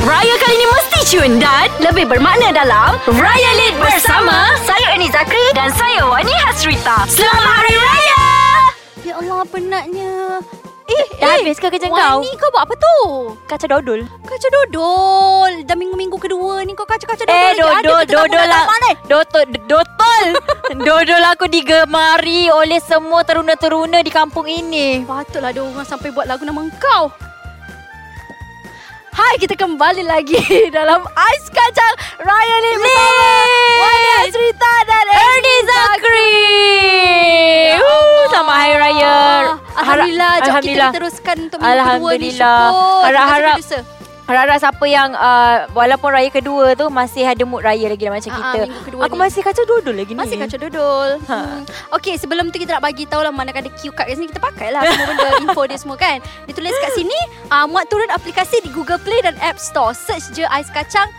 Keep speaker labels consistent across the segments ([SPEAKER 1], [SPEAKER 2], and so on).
[SPEAKER 1] Raya kali ni mesti cun dan lebih bermakna dalam Raya Lit bersama saya Ernie Zakri dan saya Wani Hasrita. Selamat Hari Raya!
[SPEAKER 2] Ya Allah penatnya Eh,
[SPEAKER 3] Dah habis ke kerja kau?
[SPEAKER 2] Wani kau buat apa tu?
[SPEAKER 3] Kacau dodol.
[SPEAKER 2] Kaca dodol Dah minggu-minggu kedua ni kau kaca-kaca dodol
[SPEAKER 3] Eh,
[SPEAKER 2] lagi. Ada
[SPEAKER 3] dodol,
[SPEAKER 2] ke tetamu
[SPEAKER 3] dodol
[SPEAKER 2] datang
[SPEAKER 3] lah.
[SPEAKER 2] malam?
[SPEAKER 3] Dotol, dotol. dodol aku digemari oleh semua teruna-teruna di kampung ini.
[SPEAKER 2] Patutlah ada orang sampai buat lagu nama engkau. Hai, kita kembali lagi dalam Ais Kacang Raya ni bersama Wani Cerita dan
[SPEAKER 3] Ernie Zakri. Ya Wuh, Selamat Hari Raya.
[SPEAKER 2] Ah, Alhamdulillah,
[SPEAKER 3] Ya, Harap-
[SPEAKER 2] jom
[SPEAKER 3] Alhamdulillah.
[SPEAKER 2] kita teruskan untuk minggu kedua ni.
[SPEAKER 3] Alhamdulillah.
[SPEAKER 2] Syukur.
[SPEAKER 3] Harap-harap
[SPEAKER 2] Terima kasih, producer.
[SPEAKER 3] Harap-harap siapa yang uh, walaupun raya kedua tu masih ada mood raya lagi lah macam
[SPEAKER 2] Ah, ah,
[SPEAKER 3] kita.
[SPEAKER 2] minggu kedua
[SPEAKER 3] Aku
[SPEAKER 2] ni.
[SPEAKER 3] masih kacau dodol lagi ni.
[SPEAKER 2] Masih kacau dodol.
[SPEAKER 3] Ha.
[SPEAKER 2] Hmm. Okey, sebelum tu kita nak bagi tahu lah mana ada cue card kat sini kita pakai lah semua benda info dia semua kan. Dia tulis kat sini, uh, muat turun aplikasi di Google Play dan App Store. Search je Ais Kacang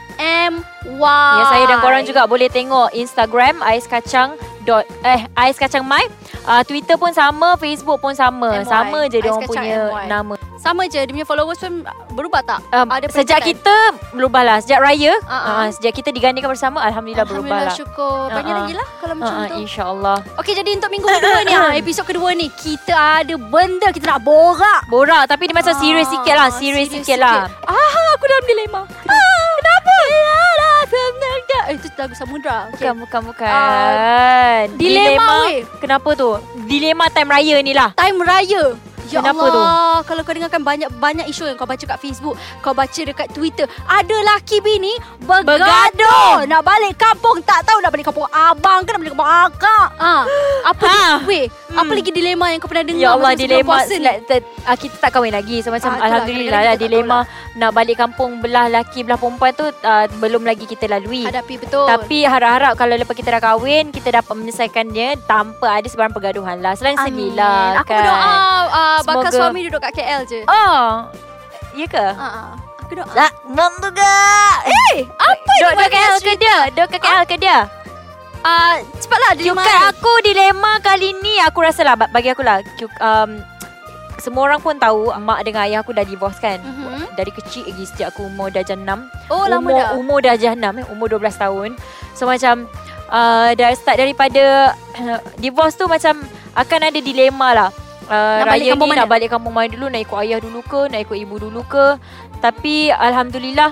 [SPEAKER 2] MY.
[SPEAKER 3] Ya saya dan korang juga boleh tengok Instagram ais kacang dot eh ais kacang my uh, Twitter pun sama Facebook pun sama
[SPEAKER 2] MY.
[SPEAKER 3] sama je dia
[SPEAKER 2] Ais
[SPEAKER 3] orang
[SPEAKER 2] Kacang
[SPEAKER 3] punya
[SPEAKER 2] MY.
[SPEAKER 3] nama
[SPEAKER 2] Sama je, dia punya followers pun berubah tak?
[SPEAKER 3] um, sejak
[SPEAKER 2] peningkatan?
[SPEAKER 3] kita berubah lah sejak raya
[SPEAKER 2] Ah, ah.
[SPEAKER 3] uh-huh. uh, sejak kita digandikan bersama alhamdulillah, berubah lah
[SPEAKER 2] Alhamdulillah syukur.
[SPEAKER 3] Ah,
[SPEAKER 2] Banyak
[SPEAKER 3] ah.
[SPEAKER 2] lagi lah kalau macam
[SPEAKER 3] uh,
[SPEAKER 2] tu.
[SPEAKER 3] insyaallah
[SPEAKER 2] Okey, jadi untuk minggu kedua ni, ah, episod kedua ni, kita ada benda kita nak borak.
[SPEAKER 3] borak tapi dia macam serius
[SPEAKER 2] Ah,
[SPEAKER 3] sikit lah serius sikit lah
[SPEAKER 2] Ah, aku dalam dilema. Ah, kenapa? Yalah, sebenarnya. Eh, itu lagu Samudra.
[SPEAKER 3] bukan bukan bukan
[SPEAKER 2] Ah, dilema, weh.
[SPEAKER 3] kenapa tu dilema time raya ni lah
[SPEAKER 2] Time raya. Ya
[SPEAKER 3] Kenapa
[SPEAKER 2] Allah, tu? kalau kau dengarkan banyak-banyak isu yang kau baca kat Facebook, kau baca dekat Twitter, ada laki bini bergaduh,
[SPEAKER 3] Bergaduh.
[SPEAKER 2] nak balik kampung, tak tahu nak balik kampung abang ke nak balik kampung akak. Ah, apa
[SPEAKER 3] Ah.
[SPEAKER 2] ha. weh? Apa lagi dilema yang kau pernah dengar
[SPEAKER 3] Ya Allah
[SPEAKER 2] masa sebelum
[SPEAKER 3] dilema
[SPEAKER 2] puasa ni?
[SPEAKER 3] like, ter, ah, Kita tak kahwin lagi So macam
[SPEAKER 2] Ah, itulah,
[SPEAKER 3] Alhamdulillah
[SPEAKER 2] kadang-kadang
[SPEAKER 3] lah
[SPEAKER 2] kita tak
[SPEAKER 3] Dilema nak balik kampung Belah laki belah perempuan tu ah, Belum lagi kita lalui
[SPEAKER 2] Hadapi betul.
[SPEAKER 3] Tapi harap-harap Kalau lepas kita dah kahwin Kita dapat menyelesaikannya Tanpa ada sebarang pergaduhan lah Selain
[SPEAKER 2] Amin.
[SPEAKER 3] sedih lah
[SPEAKER 2] Aku berdoa uh, bakal
[SPEAKER 3] Semoga-
[SPEAKER 2] suami duduk kat KL je.
[SPEAKER 3] Oh Ya ke?
[SPEAKER 2] Ah, ah. Aku doa.
[SPEAKER 3] Tak, non juga.
[SPEAKER 2] Eh, apa
[SPEAKER 3] Dok
[SPEAKER 2] yang
[SPEAKER 3] dok
[SPEAKER 2] banyak
[SPEAKER 3] KL
[SPEAKER 2] cerita?
[SPEAKER 3] ke dia? Dok ke KL ke dia?
[SPEAKER 2] Ah, cepatlah dilema.
[SPEAKER 3] Cukai aku dilema kali ni aku rasa lah bagi aku lah cu- um, semua orang pun tahu mak dengan ayah aku dah divorce kan.
[SPEAKER 2] Mhm.
[SPEAKER 3] Dari kecil lagi sejak aku umur dah jenam.
[SPEAKER 2] Oh, lama
[SPEAKER 3] umur,
[SPEAKER 2] dah.
[SPEAKER 3] Umur dah jenam eh, umur 12 tahun. So macam uh, dari start daripada eh, divorce tu macam akan ada dilema lah. Uh,
[SPEAKER 2] Nak balik
[SPEAKER 3] raya
[SPEAKER 2] kampung
[SPEAKER 3] ni
[SPEAKER 2] mana?
[SPEAKER 3] nak balik kampung mana dulu Nak ikut ayah dulu ke Nak ikut ibu dulu ke Tapi Alhamdulillah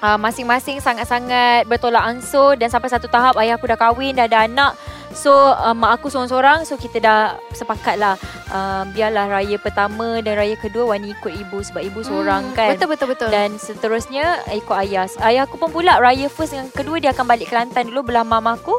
[SPEAKER 3] uh, Masing-masing sangat-sangat Bertolak ansur Dan sampai satu tahap Ayah aku dah kahwin Dah ada anak So uh, mak aku seorang-seorang So kita dah sepakat lah uh, Biarlah raya pertama Dan raya kedua Wani ikut ibu Sebab ibu seorang
[SPEAKER 2] Hmm,
[SPEAKER 3] kan
[SPEAKER 2] Betul betul betul.
[SPEAKER 3] dan seterusnya ikut ayah. Ayah aku pun pula raya first dengan kedua dia akan balik Kelantan dulu belah mama aku.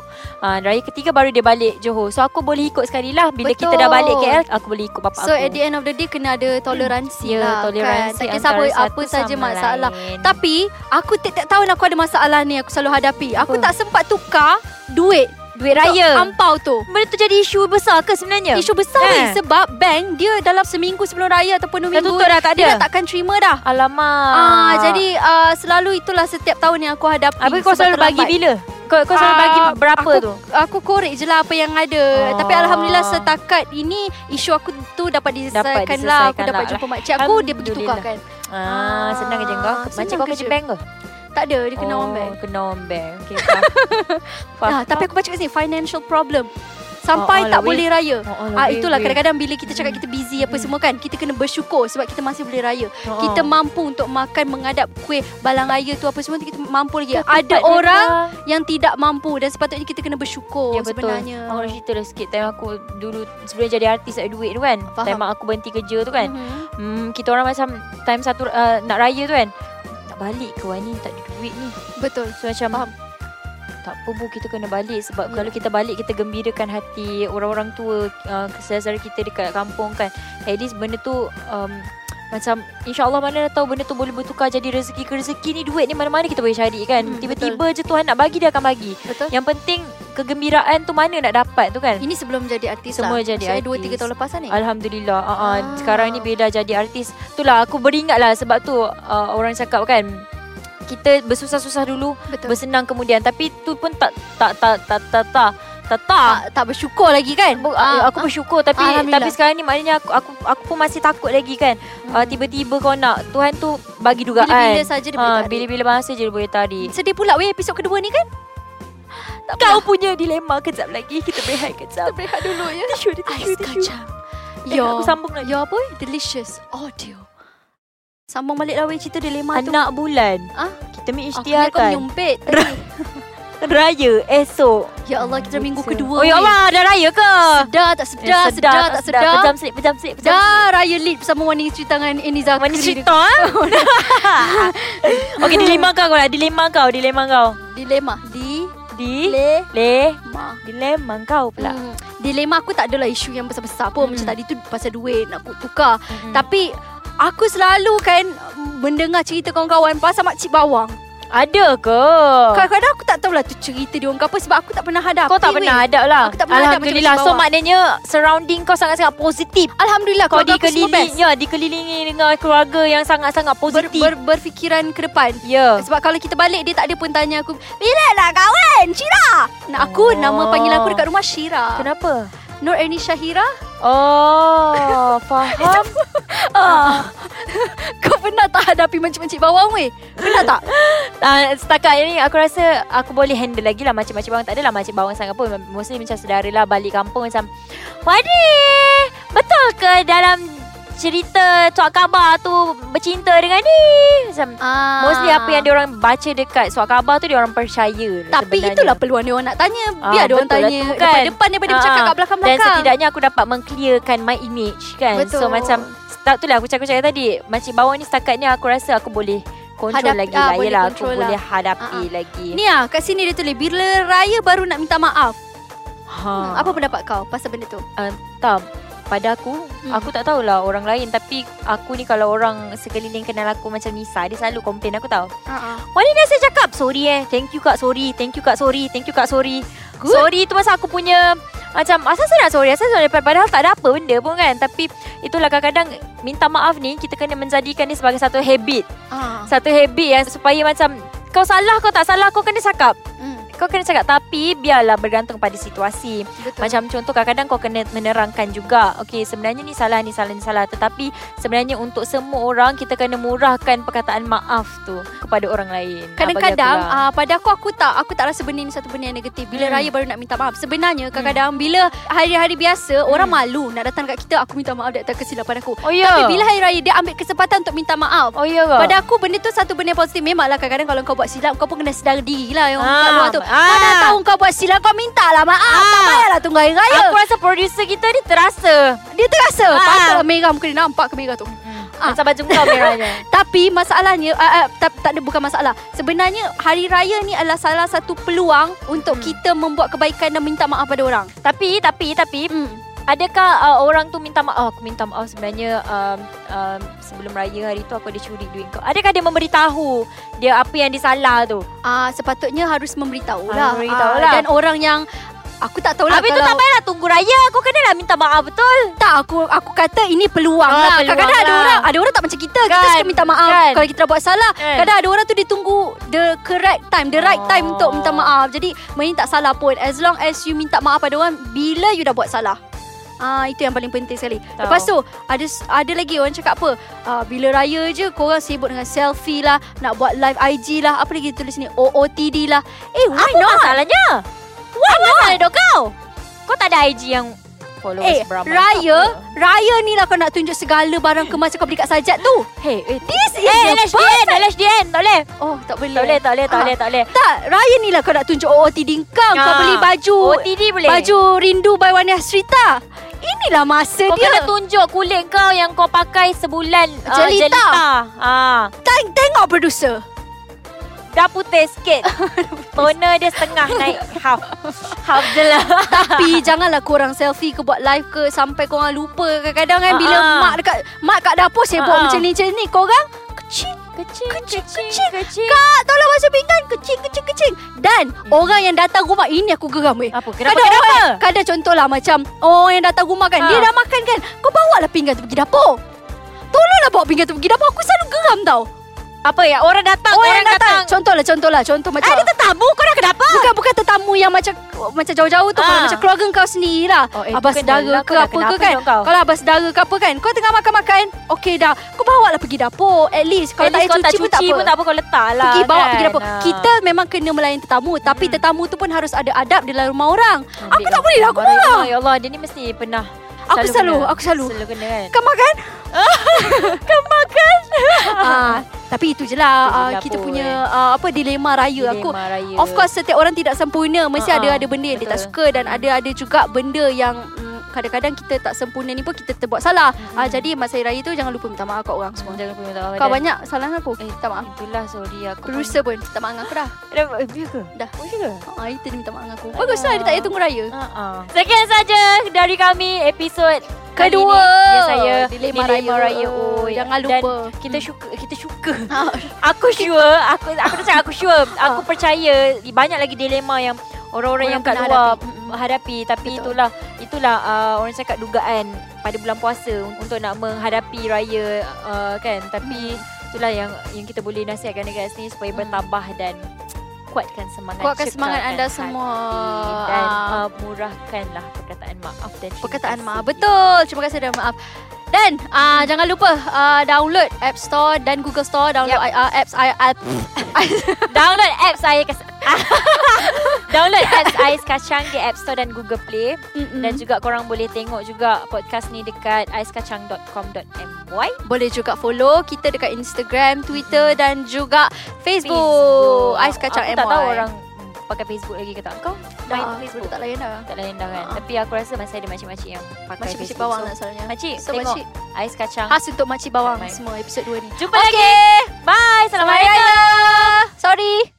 [SPEAKER 3] Uh, raya ketiga baru dia balik Johor. So aku boleh ikut sekali lah bila
[SPEAKER 2] Betul.
[SPEAKER 3] Betul. kita dah balik KL aku boleh ikut bapak
[SPEAKER 2] So
[SPEAKER 3] aku.
[SPEAKER 2] at the end of the day kena ada toleransi
[SPEAKER 3] Ya,
[SPEAKER 2] lah
[SPEAKER 3] toleransi
[SPEAKER 2] kan. Tak kisah apa,
[SPEAKER 3] antara satu
[SPEAKER 2] apa saja
[SPEAKER 3] sama
[SPEAKER 2] masalah.
[SPEAKER 3] lain.
[SPEAKER 2] Tapi aku tiap-tiap tahun aku ada masalah ni aku selalu hadapi. Aku
[SPEAKER 3] Apa?
[SPEAKER 2] tak sempat tukar duit
[SPEAKER 3] duit raya.
[SPEAKER 2] untuk ampau tu.
[SPEAKER 3] Benda tu jadi isu besar ke sebenarnya?
[SPEAKER 2] Isu besar
[SPEAKER 3] Eh.
[SPEAKER 2] eh. sebab bank dia dalam seminggu sebelum raya ataupun
[SPEAKER 3] Dah
[SPEAKER 2] dua minggu
[SPEAKER 3] tutup dah, tak
[SPEAKER 2] dia
[SPEAKER 3] ada?
[SPEAKER 2] dah takkan terima dah.
[SPEAKER 3] Alamak.
[SPEAKER 2] Ah, jadi uh, selalu itulah setiap tahun yang aku hadapi.
[SPEAKER 3] Habis kau
[SPEAKER 2] sebab
[SPEAKER 3] selalu bagi
[SPEAKER 2] terlambat.
[SPEAKER 3] bila? Kau, kau selalu
[SPEAKER 2] Ah,
[SPEAKER 3] bagi berapa
[SPEAKER 2] aku,
[SPEAKER 3] tu?
[SPEAKER 2] Aku korek je lah apa yang ada.
[SPEAKER 3] Ah.
[SPEAKER 2] Tapi Alhamdulillah setakat ini isu aku tu dapat
[SPEAKER 3] Dapat
[SPEAKER 2] diselesaikan, lah. Aku
[SPEAKER 3] diselesaikan
[SPEAKER 2] dapat
[SPEAKER 3] lah.
[SPEAKER 2] jumpa makcik aku, dia pergi
[SPEAKER 3] Alhamdulillah.
[SPEAKER 2] tukarkan.
[SPEAKER 3] Ah, senang kerja kau. Macam
[SPEAKER 2] senang
[SPEAKER 3] kau kerja
[SPEAKER 2] kerja.
[SPEAKER 3] bank ke?
[SPEAKER 2] Tak ada, dia kena oh. one bank.
[SPEAKER 3] Kena one bank. Okay, faham.
[SPEAKER 2] Ah, tapi aku baca kat sini, financial problem.
[SPEAKER 3] Oh,
[SPEAKER 2] Sampai
[SPEAKER 3] oh,
[SPEAKER 2] tak
[SPEAKER 3] lah, weh.
[SPEAKER 2] boleh raya.
[SPEAKER 3] Oh, oh, lah,
[SPEAKER 2] Ah,
[SPEAKER 3] weh,
[SPEAKER 2] itulah
[SPEAKER 3] weh.
[SPEAKER 2] kadang-kadang bila kita cakap kita busy apa semua kan, kita kena bersyukur sebab kita masih boleh raya.
[SPEAKER 3] Oh,
[SPEAKER 2] Kita
[SPEAKER 3] oh.
[SPEAKER 2] mampu untuk makan, mengadap kuih, balang raya tu apa semua tu kita mampu lagi.
[SPEAKER 3] Tempat
[SPEAKER 2] Ada
[SPEAKER 3] dia
[SPEAKER 2] orang
[SPEAKER 3] bang.
[SPEAKER 2] yang tidak mampu dan sepatutnya kita kena bersyukur
[SPEAKER 3] Ya betul
[SPEAKER 2] Oh, sebenarnya.
[SPEAKER 3] Mak nak cerita lah sikit Time aku dulu Sebelum jadi artis Ada duit tu kan
[SPEAKER 2] Faham.
[SPEAKER 3] Time mak aku berhenti kerja tu kan
[SPEAKER 2] Mhm.
[SPEAKER 3] hmm. Kita orang macam Time satu uh, Nak raya tu kan Nak balik ke Wani Tak ada duit ni
[SPEAKER 2] Betul.
[SPEAKER 3] So macam
[SPEAKER 2] Faham.
[SPEAKER 3] Tak apa bu Kita kena balik Sebab
[SPEAKER 2] Ya.
[SPEAKER 3] kalau kita balik Kita gembirakan hati Orang-orang tua uh, Saudara kita dekat kampung kan At least benda tu um, macam InsyaAllah mana dah tahu Benda tu boleh bertukar Jadi rezeki ke rezeki ni Duit ni mana-mana kita boleh cari kan
[SPEAKER 2] Hmm,
[SPEAKER 3] Tiba-tiba je Tuhan nak bagi Dia akan bagi
[SPEAKER 2] Betul.
[SPEAKER 3] Yang penting kegembiraan tu mana nak dapat tu kan.
[SPEAKER 2] Ini sebelum jadi artis
[SPEAKER 3] Semua
[SPEAKER 2] lah.
[SPEAKER 3] jadi
[SPEAKER 2] Maksudnya dua,
[SPEAKER 3] artis.
[SPEAKER 2] tiga tahun lepas lah ni.
[SPEAKER 3] Alhamdulillah. Uh, uh,
[SPEAKER 2] Ah.
[SPEAKER 3] sekarang ni bila jadi artis, itulah aku beringat lah sebab tu uh, orang cakap kan kita bersusah-susah dulu,
[SPEAKER 2] Betul.
[SPEAKER 3] bersenang kemudian. Tapi tu pun tak tak tak tak tak, tak Tak tak
[SPEAKER 2] tak, tak bersyukur lagi kan?
[SPEAKER 3] Aku,
[SPEAKER 2] Ah,
[SPEAKER 3] aku bersyukur tapi
[SPEAKER 2] Alhamdulillah. Hmm.
[SPEAKER 3] tapi sekarang ni maknanya aku aku, aku pun masih takut lagi kan. Uh, tiba-tiba kau nak Tuhan tu bagi dugaan.
[SPEAKER 2] Bila-bila saja dia boleh
[SPEAKER 3] Ah,
[SPEAKER 2] tarik.
[SPEAKER 3] Bila-bila masa je dia boleh tarik.
[SPEAKER 2] Sedih pula weh episod kedua ni kan?
[SPEAKER 3] Kau punya dilema kejap lagi kita berehat kejap.
[SPEAKER 2] Berehat dulu ya.
[SPEAKER 3] Tisu dia
[SPEAKER 2] Ais
[SPEAKER 3] tisu tisu.
[SPEAKER 2] kacang.
[SPEAKER 3] Eh, aku sambung lagi.
[SPEAKER 2] Your boy delicious audio. Sambung balik lah weh cerita dilema tu.
[SPEAKER 3] Anak bulan.
[SPEAKER 2] Ah?
[SPEAKER 3] Kita ambil
[SPEAKER 2] Aku kau
[SPEAKER 3] ikhtiarkan.
[SPEAKER 2] menyumpit.
[SPEAKER 3] Raya esok.
[SPEAKER 2] Ya Allah kita dah minggu
[SPEAKER 3] Betul.
[SPEAKER 2] kedua.
[SPEAKER 3] Oh ya
[SPEAKER 2] weh.
[SPEAKER 3] Allah dah raya ke?
[SPEAKER 2] Sedar tak sedar,
[SPEAKER 3] Eh,
[SPEAKER 2] sedar tak sedar.
[SPEAKER 3] Pejam selit, pejam selit, pejam selit.
[SPEAKER 2] Dah Raya Lead bersama Wani Cerita dengan Eni Zakri.
[SPEAKER 3] Mana cerita eh? Okey dilema kau lah, dilema kau, dilema kau.
[SPEAKER 2] Dilema. Di
[SPEAKER 3] Di
[SPEAKER 2] dilema.
[SPEAKER 3] le dilema kau pula.
[SPEAKER 2] Hmm. Dilema aku tak adalah isu yang besar-besar pun.
[SPEAKER 3] Hmm.
[SPEAKER 2] Macam tadi tu pasal duit nak aku tukar.
[SPEAKER 3] Mm-mm.
[SPEAKER 2] Tapi aku selalu kan mendengar cerita kawan-kawan pasal makcik bawang.
[SPEAKER 3] Ada ke?
[SPEAKER 2] Kadang-kadang aku tak tahulah tu cerita dia orang ke apa sebab aku tak pernah hadapi.
[SPEAKER 3] Oh. Kau tak
[SPEAKER 2] weh.
[SPEAKER 3] pernah hadap lah
[SPEAKER 2] Aku tak pernah hadap
[SPEAKER 3] Alhamdulillah
[SPEAKER 2] macam
[SPEAKER 3] So
[SPEAKER 2] macam bawah.
[SPEAKER 3] maknanya Surrounding kau sangat-sangat positif
[SPEAKER 2] Alhamdulillah
[SPEAKER 3] Kau
[SPEAKER 2] keluarga aku semua best.
[SPEAKER 3] dikelilingi ya, Dikelilingi dengan keluarga Yang sangat-sangat
[SPEAKER 2] Ber,
[SPEAKER 3] positif
[SPEAKER 2] ber, berfikiran ke depan.
[SPEAKER 3] Ya
[SPEAKER 2] Sebab kalau kita balik Dia tak ada pun tanya aku Bila nak kawan Syira Nak
[SPEAKER 3] Oh.
[SPEAKER 2] aku Nama panggilan aku dekat rumah Syira
[SPEAKER 3] Kenapa?
[SPEAKER 2] Nur Erni Syahira
[SPEAKER 3] Oh Faham
[SPEAKER 2] ah. Kau pernah tak hadapi Mencik-mencik bawang weh Pernah tak
[SPEAKER 3] uh, Setakat ini Aku rasa Aku boleh handle lagi lah Macam-macam bawang Tak adalah macam bawang sangat pun Mostly macam saudara lah Balik kampung macam Wadi Betul ke dalam Cerita Cak Khabar tu Bercinta dengan ni Macam
[SPEAKER 2] ah.
[SPEAKER 3] Mostly apa yang diorang baca dekat surat khabar tu diorang percaya lah
[SPEAKER 2] Tapi
[SPEAKER 3] sebenarnya.
[SPEAKER 2] itulah peluang dia orang nak tanya
[SPEAKER 3] Ah,
[SPEAKER 2] Biar dia orang
[SPEAKER 3] betul lah
[SPEAKER 2] tanya
[SPEAKER 3] tu, kan?
[SPEAKER 2] Depan-depan daripada
[SPEAKER 3] Ah,
[SPEAKER 2] bercakap kat
[SPEAKER 3] Dan
[SPEAKER 2] belakang-belakang
[SPEAKER 3] setidaknya aku dapat mengclearkan my image kan
[SPEAKER 2] Betul.
[SPEAKER 3] So macam Tak tu lah aku cakap, cakap tadi Macam bawang ni setakat ni aku rasa aku boleh Control
[SPEAKER 2] Hadapi-
[SPEAKER 3] lagi lah
[SPEAKER 2] ah, boleh
[SPEAKER 3] Yelah aku
[SPEAKER 2] control lah.
[SPEAKER 3] boleh hadapi
[SPEAKER 2] Ah,
[SPEAKER 3] lagi
[SPEAKER 2] Ni ah kat sini dia tulis Bila raya baru nak minta maaf
[SPEAKER 3] ha.
[SPEAKER 2] hmm. Apa pendapat kau pasal benda tu
[SPEAKER 3] tak pada aku
[SPEAKER 2] Hmm.
[SPEAKER 3] hmm. Aku tak tahulah orang lain Tapi aku ni kalau orang sekeliling kenal aku Macam Nisa Dia selalu complain aku tau
[SPEAKER 2] uh-uh.
[SPEAKER 3] Wali dah saya cakap Sorry eh Thank you kak sorry Thank you kak sorry Thank you kak sorry
[SPEAKER 2] Good.
[SPEAKER 3] Good. Sorry tu pasal aku punya Macam asal saya nak sorry Asal saya nak Padahal tak ada apa benda pun kan Tapi itulah kadang-kadang Minta maaf ni Kita kena menjadikan dia sebagai satu habit
[SPEAKER 2] Ah.
[SPEAKER 3] Satu habit yang supaya macam Kau salah kau tak salah Kau kena cakap
[SPEAKER 2] Hmm,
[SPEAKER 3] Kau kena cakap Tapi biarlah bergantung pada situasi
[SPEAKER 2] betul.
[SPEAKER 3] macam contoh kadang-kadang kau kena menerangkan juga Okey sebenarnya ni salah ni salah ni salah Tetapi sebenarnya untuk semua orang Kita kena murahkan perkataan maaf tu Kepada orang lain Ah, bagi
[SPEAKER 2] Kadang-kadang
[SPEAKER 3] aku lah.
[SPEAKER 2] uh, pada aku aku tak aku tak rasa benda ni satu benda yang negatif. Bila hmm.
[SPEAKER 3] Hmm.
[SPEAKER 2] raya baru nak minta maaf. Sebenarnya kadang-kadang bila hari-hari biasa
[SPEAKER 3] Hmm.
[SPEAKER 2] orang malu nak datang kat kita aku minta maaf datang kesilapan aku.
[SPEAKER 3] Oh ya
[SPEAKER 2] Tapi bila hari raya dia ambil kesempatan untuk minta maaf.
[SPEAKER 3] Oh ya ke?
[SPEAKER 2] Pada aku benda tu satu benda yang positif Memanglah kadang-kadang kalau kau buat silap Kau pun kena sedar diri lah yang
[SPEAKER 3] Ah,
[SPEAKER 2] kat luar tu Kau
[SPEAKER 3] ah.
[SPEAKER 2] dah tahu kau buat silap Kau minta lah maaf Tak payahlah tunggu hari raya
[SPEAKER 3] Aku rasa producer kita ni terasa
[SPEAKER 2] Dia terasa
[SPEAKER 3] Ah.
[SPEAKER 2] Patutlah merah muka dia Nampak ke merah tu Ah.
[SPEAKER 3] ah. Macam baju kau merahnya
[SPEAKER 2] Tapi masalahnya uh, uh, tak, tak ada bukan masalah Sebenarnya Hari Raya ni adalah salah satu peluang Untuk
[SPEAKER 3] Hmm.
[SPEAKER 2] kita membuat kebaikan Dan minta maaf pada orang
[SPEAKER 3] Tapi, tapi, tapi
[SPEAKER 2] hmm.
[SPEAKER 3] Adakah uh, orang tu minta maaf oh, Aku minta maaf sebenarnya um, um, Sebelum raya hari tu aku ada curi duit kau Adakah dia memberitahu Dia apa yang disalah tu
[SPEAKER 2] uh, Sepatutnya harus memberitahu
[SPEAKER 3] Harus
[SPEAKER 2] lah
[SPEAKER 3] memberitahu
[SPEAKER 2] Ah,
[SPEAKER 3] lah.
[SPEAKER 2] Dan orang yang Aku tak tahulah
[SPEAKER 3] Habis tu
[SPEAKER 2] Oh, kalau
[SPEAKER 3] tak payahlah tunggu raya Kau kenalah minta maaf betul
[SPEAKER 2] Tak aku aku kata ini peluang
[SPEAKER 3] Ah,
[SPEAKER 2] lah.
[SPEAKER 3] peluang
[SPEAKER 2] Kadang-kadang ada
[SPEAKER 3] lah.
[SPEAKER 2] orang ada orang tak macam kita. Kita
[SPEAKER 3] Kan,
[SPEAKER 2] suka minta maaf
[SPEAKER 3] kan.
[SPEAKER 2] kalau kita dah buat salah.
[SPEAKER 3] Kan.
[SPEAKER 2] Kadang ada orang tu dia tunggu the correct time, the right time
[SPEAKER 3] Oh.
[SPEAKER 2] untuk minta maaf. Jadi main tak salah pun as long as you minta maaf pada orang bila you dah buat salah. Ah itu yang paling penting sekali.
[SPEAKER 3] Tahu.
[SPEAKER 2] Lepas tu ada s- ada lagi orang cakap apa? Ah bila raya je korang sibuk dengan selfie lah, nak buat live IG lah, apa lagi tulis ni OOTD lah. Eh why
[SPEAKER 3] Apa
[SPEAKER 2] not?
[SPEAKER 3] masalahnya? Why Apa masalah dok kau? Kau tak ada IG yang followers
[SPEAKER 2] Eh,
[SPEAKER 3] beramai
[SPEAKER 2] raya, raya ni lah kau nak tunjuk segala barang kemas yang kau beli kat sajak tu.
[SPEAKER 3] Hey, eh,
[SPEAKER 2] This
[SPEAKER 3] eh,
[SPEAKER 2] is your
[SPEAKER 3] LHDN, LHDN, tak boleh.
[SPEAKER 2] Oh, tak boleh.
[SPEAKER 3] Tak boleh, tak boleh, tak
[SPEAKER 2] Ah.
[SPEAKER 3] boleh, tak boleh.
[SPEAKER 2] Tak, raya ni lah kau nak tunjuk OOTD kau. Kau
[SPEAKER 3] Ah,
[SPEAKER 2] beli baju.
[SPEAKER 3] OTD boleh.
[SPEAKER 2] Baju rindu by Wani Hasrita. Inilah masa
[SPEAKER 3] kau
[SPEAKER 2] dia.
[SPEAKER 3] kena tunjuk kulit kau yang kau pakai sebulan ah,
[SPEAKER 2] Jelita.
[SPEAKER 3] jelita. Ah,
[SPEAKER 2] Teng- tengok producer.
[SPEAKER 3] dah putih sikit. Toner dia setengah naik half. Half je lah.
[SPEAKER 2] Tapi janganlah korang selfie ke buat live ke sampai korang lupa. Kadang-kadang kan bila
[SPEAKER 3] Ah, ah.
[SPEAKER 2] mak dekat mak kat dapur sibuk
[SPEAKER 3] Ah, ah.
[SPEAKER 2] macam ni macam ni korang kecil
[SPEAKER 3] Kecil,
[SPEAKER 2] Kecil,
[SPEAKER 3] kecil,
[SPEAKER 2] kecil.
[SPEAKER 3] kecil. kecil.
[SPEAKER 2] Kak, tolong basuh pinggan kecil kecil kecil. Dan orang yang datang rumah ini aku geram weh.
[SPEAKER 3] Apa? Kenapa?
[SPEAKER 2] kadang
[SPEAKER 3] kenapa?
[SPEAKER 2] orang, kadang contohlah macam orang yang datang rumah kan,
[SPEAKER 3] Ha.
[SPEAKER 2] dia dah makan kan. Kau bawa lah pinggan tu pergi dapur. Tolonglah bawa pinggan tu pergi dapur. Aku selalu geram tau.
[SPEAKER 3] Apa ya? Orang datang,
[SPEAKER 2] Oh, orang datang. Contohlah, contohlah. Contoh macam...
[SPEAKER 3] Ada tetamu, korang kenapa?
[SPEAKER 2] Bukan bukan tetamu yang macam macam jauh-jauh tu
[SPEAKER 3] Ah.
[SPEAKER 2] kalau macam keluarga kau sendiri lah.
[SPEAKER 3] Oh,
[SPEAKER 2] Oh,
[SPEAKER 3] eh, tu
[SPEAKER 2] eh, abah
[SPEAKER 3] kan
[SPEAKER 2] saudara
[SPEAKER 3] dah lah,
[SPEAKER 2] ke
[SPEAKER 3] kau dah
[SPEAKER 2] apa ke
[SPEAKER 3] kenapa
[SPEAKER 2] kan.
[SPEAKER 3] dong kau?
[SPEAKER 2] Kalau abah saudara ke apa kan, kau tengah makan-makan, okey dah. Kau bawa lah pergi dapur. At least kalau
[SPEAKER 3] At least
[SPEAKER 2] tak payah cuci, pun tak apa.
[SPEAKER 3] pun tak apa, kau letak lah
[SPEAKER 2] pergi bawa
[SPEAKER 3] kan?
[SPEAKER 2] pergi dapur.
[SPEAKER 3] Ah.
[SPEAKER 2] Kita memang kena melayan tetamu, tapi
[SPEAKER 3] Hmm.
[SPEAKER 2] tetamu tu pun harus ada adab dalam rumah orang.
[SPEAKER 3] Ambil
[SPEAKER 2] Aku tak
[SPEAKER 3] lah.
[SPEAKER 2] boleh lah aku
[SPEAKER 3] Baru
[SPEAKER 2] marah.
[SPEAKER 3] Ya Allah, dia ni mesti pernah.
[SPEAKER 2] Aku selalu,
[SPEAKER 3] kena.
[SPEAKER 2] aku selalu.
[SPEAKER 3] Selalu kena kan.
[SPEAKER 2] Kau makan? Kau makan? ah, tapi itu je lah
[SPEAKER 3] Itu je
[SPEAKER 2] ah,
[SPEAKER 3] lah
[SPEAKER 2] kita
[SPEAKER 3] pun.
[SPEAKER 2] punya ah, apa dilema raya aku.
[SPEAKER 3] Dilema raya.
[SPEAKER 2] Of course setiap orang tidak sempurna Mesti
[SPEAKER 3] Ha-ha,
[SPEAKER 2] ada ada benda yang dia tak
[SPEAKER 3] Ah, betul.
[SPEAKER 2] suka Dan ada ada juga benda yang mm, Kadang-kadang kita tak sempurna ni pun Kita terbuat salah
[SPEAKER 3] Mm-mm.
[SPEAKER 2] Ah, Jadi masa hari raya tu Jangan lupa minta maaf kat orang semua
[SPEAKER 3] Jangan pun minta
[SPEAKER 2] Kau banyak salah dengan aku
[SPEAKER 3] Eh,
[SPEAKER 2] Minta maaf
[SPEAKER 3] Itulah sorry aku.
[SPEAKER 2] Producer pun minta maaf dengan aku dah
[SPEAKER 3] Dah eh, biar ke?
[SPEAKER 2] Dah.
[SPEAKER 3] Boleh ke?
[SPEAKER 2] Ah, Itu dia minta maaf dengan aku Bagus lah dia tak payah tunggu raya
[SPEAKER 3] Uh-uh. Sekian saja dari kami episod kali
[SPEAKER 2] Kedua
[SPEAKER 3] Ini. Ya saya
[SPEAKER 2] Dilema,
[SPEAKER 3] Dilema
[SPEAKER 2] raya,
[SPEAKER 3] Oh, ya.
[SPEAKER 2] Jangan
[SPEAKER 3] Dan
[SPEAKER 2] lupa Hmm.
[SPEAKER 3] kita syuka kita syuka.
[SPEAKER 2] Ah.
[SPEAKER 3] aku sure, aku aku tak cakap aku sure. Aku percaya banyak lagi dilema yang orang-orang
[SPEAKER 2] Orang
[SPEAKER 3] yang kat
[SPEAKER 2] pernah
[SPEAKER 3] luar
[SPEAKER 2] hadapi.
[SPEAKER 3] hadapi, hadapi tapi
[SPEAKER 2] Betul.
[SPEAKER 3] itulah itulah uh, orang cakap dugaan pada bulan puasa untuk nak menghadapi raya uh, kan tapi itulah yang yang kita boleh nasihatkan dekat sini supaya
[SPEAKER 2] Hmm.
[SPEAKER 3] bertabah dan kuatkan semangat
[SPEAKER 2] Kuatkan
[SPEAKER 3] cekap
[SPEAKER 2] semangat
[SPEAKER 3] dan
[SPEAKER 2] anda semua.
[SPEAKER 3] hati dan
[SPEAKER 2] Ah.
[SPEAKER 3] uh, murahkanlah perkataan maaf dan terima
[SPEAKER 2] Perkataan
[SPEAKER 3] kasih.
[SPEAKER 2] maaf Betul Terima kasih dan maaf dan uh, jangan lupa uh, download App Store dan Google Store download
[SPEAKER 3] Yep.
[SPEAKER 2] uh, apps I, app
[SPEAKER 3] Download apps saya kas- Download apps Ais Kacang di App Store dan Google Play
[SPEAKER 2] Mm-mm.
[SPEAKER 3] dan juga korang boleh tengok juga podcast ni dekat aiskacang.com.my
[SPEAKER 2] Boleh juga follow kita dekat Instagram, Twitter dan juga Facebook, Ais Kacang
[SPEAKER 3] Aku
[SPEAKER 2] MY.
[SPEAKER 3] tak tahu orang pakai Facebook lagi ke tak. Kau main
[SPEAKER 2] Dah,
[SPEAKER 3] Facebook?
[SPEAKER 2] aku Tak layan dah.
[SPEAKER 3] Tak layan dah kan.
[SPEAKER 2] Ah.
[SPEAKER 3] Tapi aku rasa masih ada makcik-makcik yang pakai
[SPEAKER 2] Makcik-makcik
[SPEAKER 3] Facebook.
[SPEAKER 2] bawang lah
[SPEAKER 3] so,
[SPEAKER 2] soalnya.
[SPEAKER 3] Makcik,
[SPEAKER 2] So,
[SPEAKER 3] tengok
[SPEAKER 2] makcik- Ha,
[SPEAKER 3] Ais Kacang.
[SPEAKER 2] Khas untuk makcik bawang
[SPEAKER 3] Baik.
[SPEAKER 2] semua episod 2 ni.
[SPEAKER 3] Jumpa lagi. Bye. Assalamualaikum.
[SPEAKER 2] Sorry.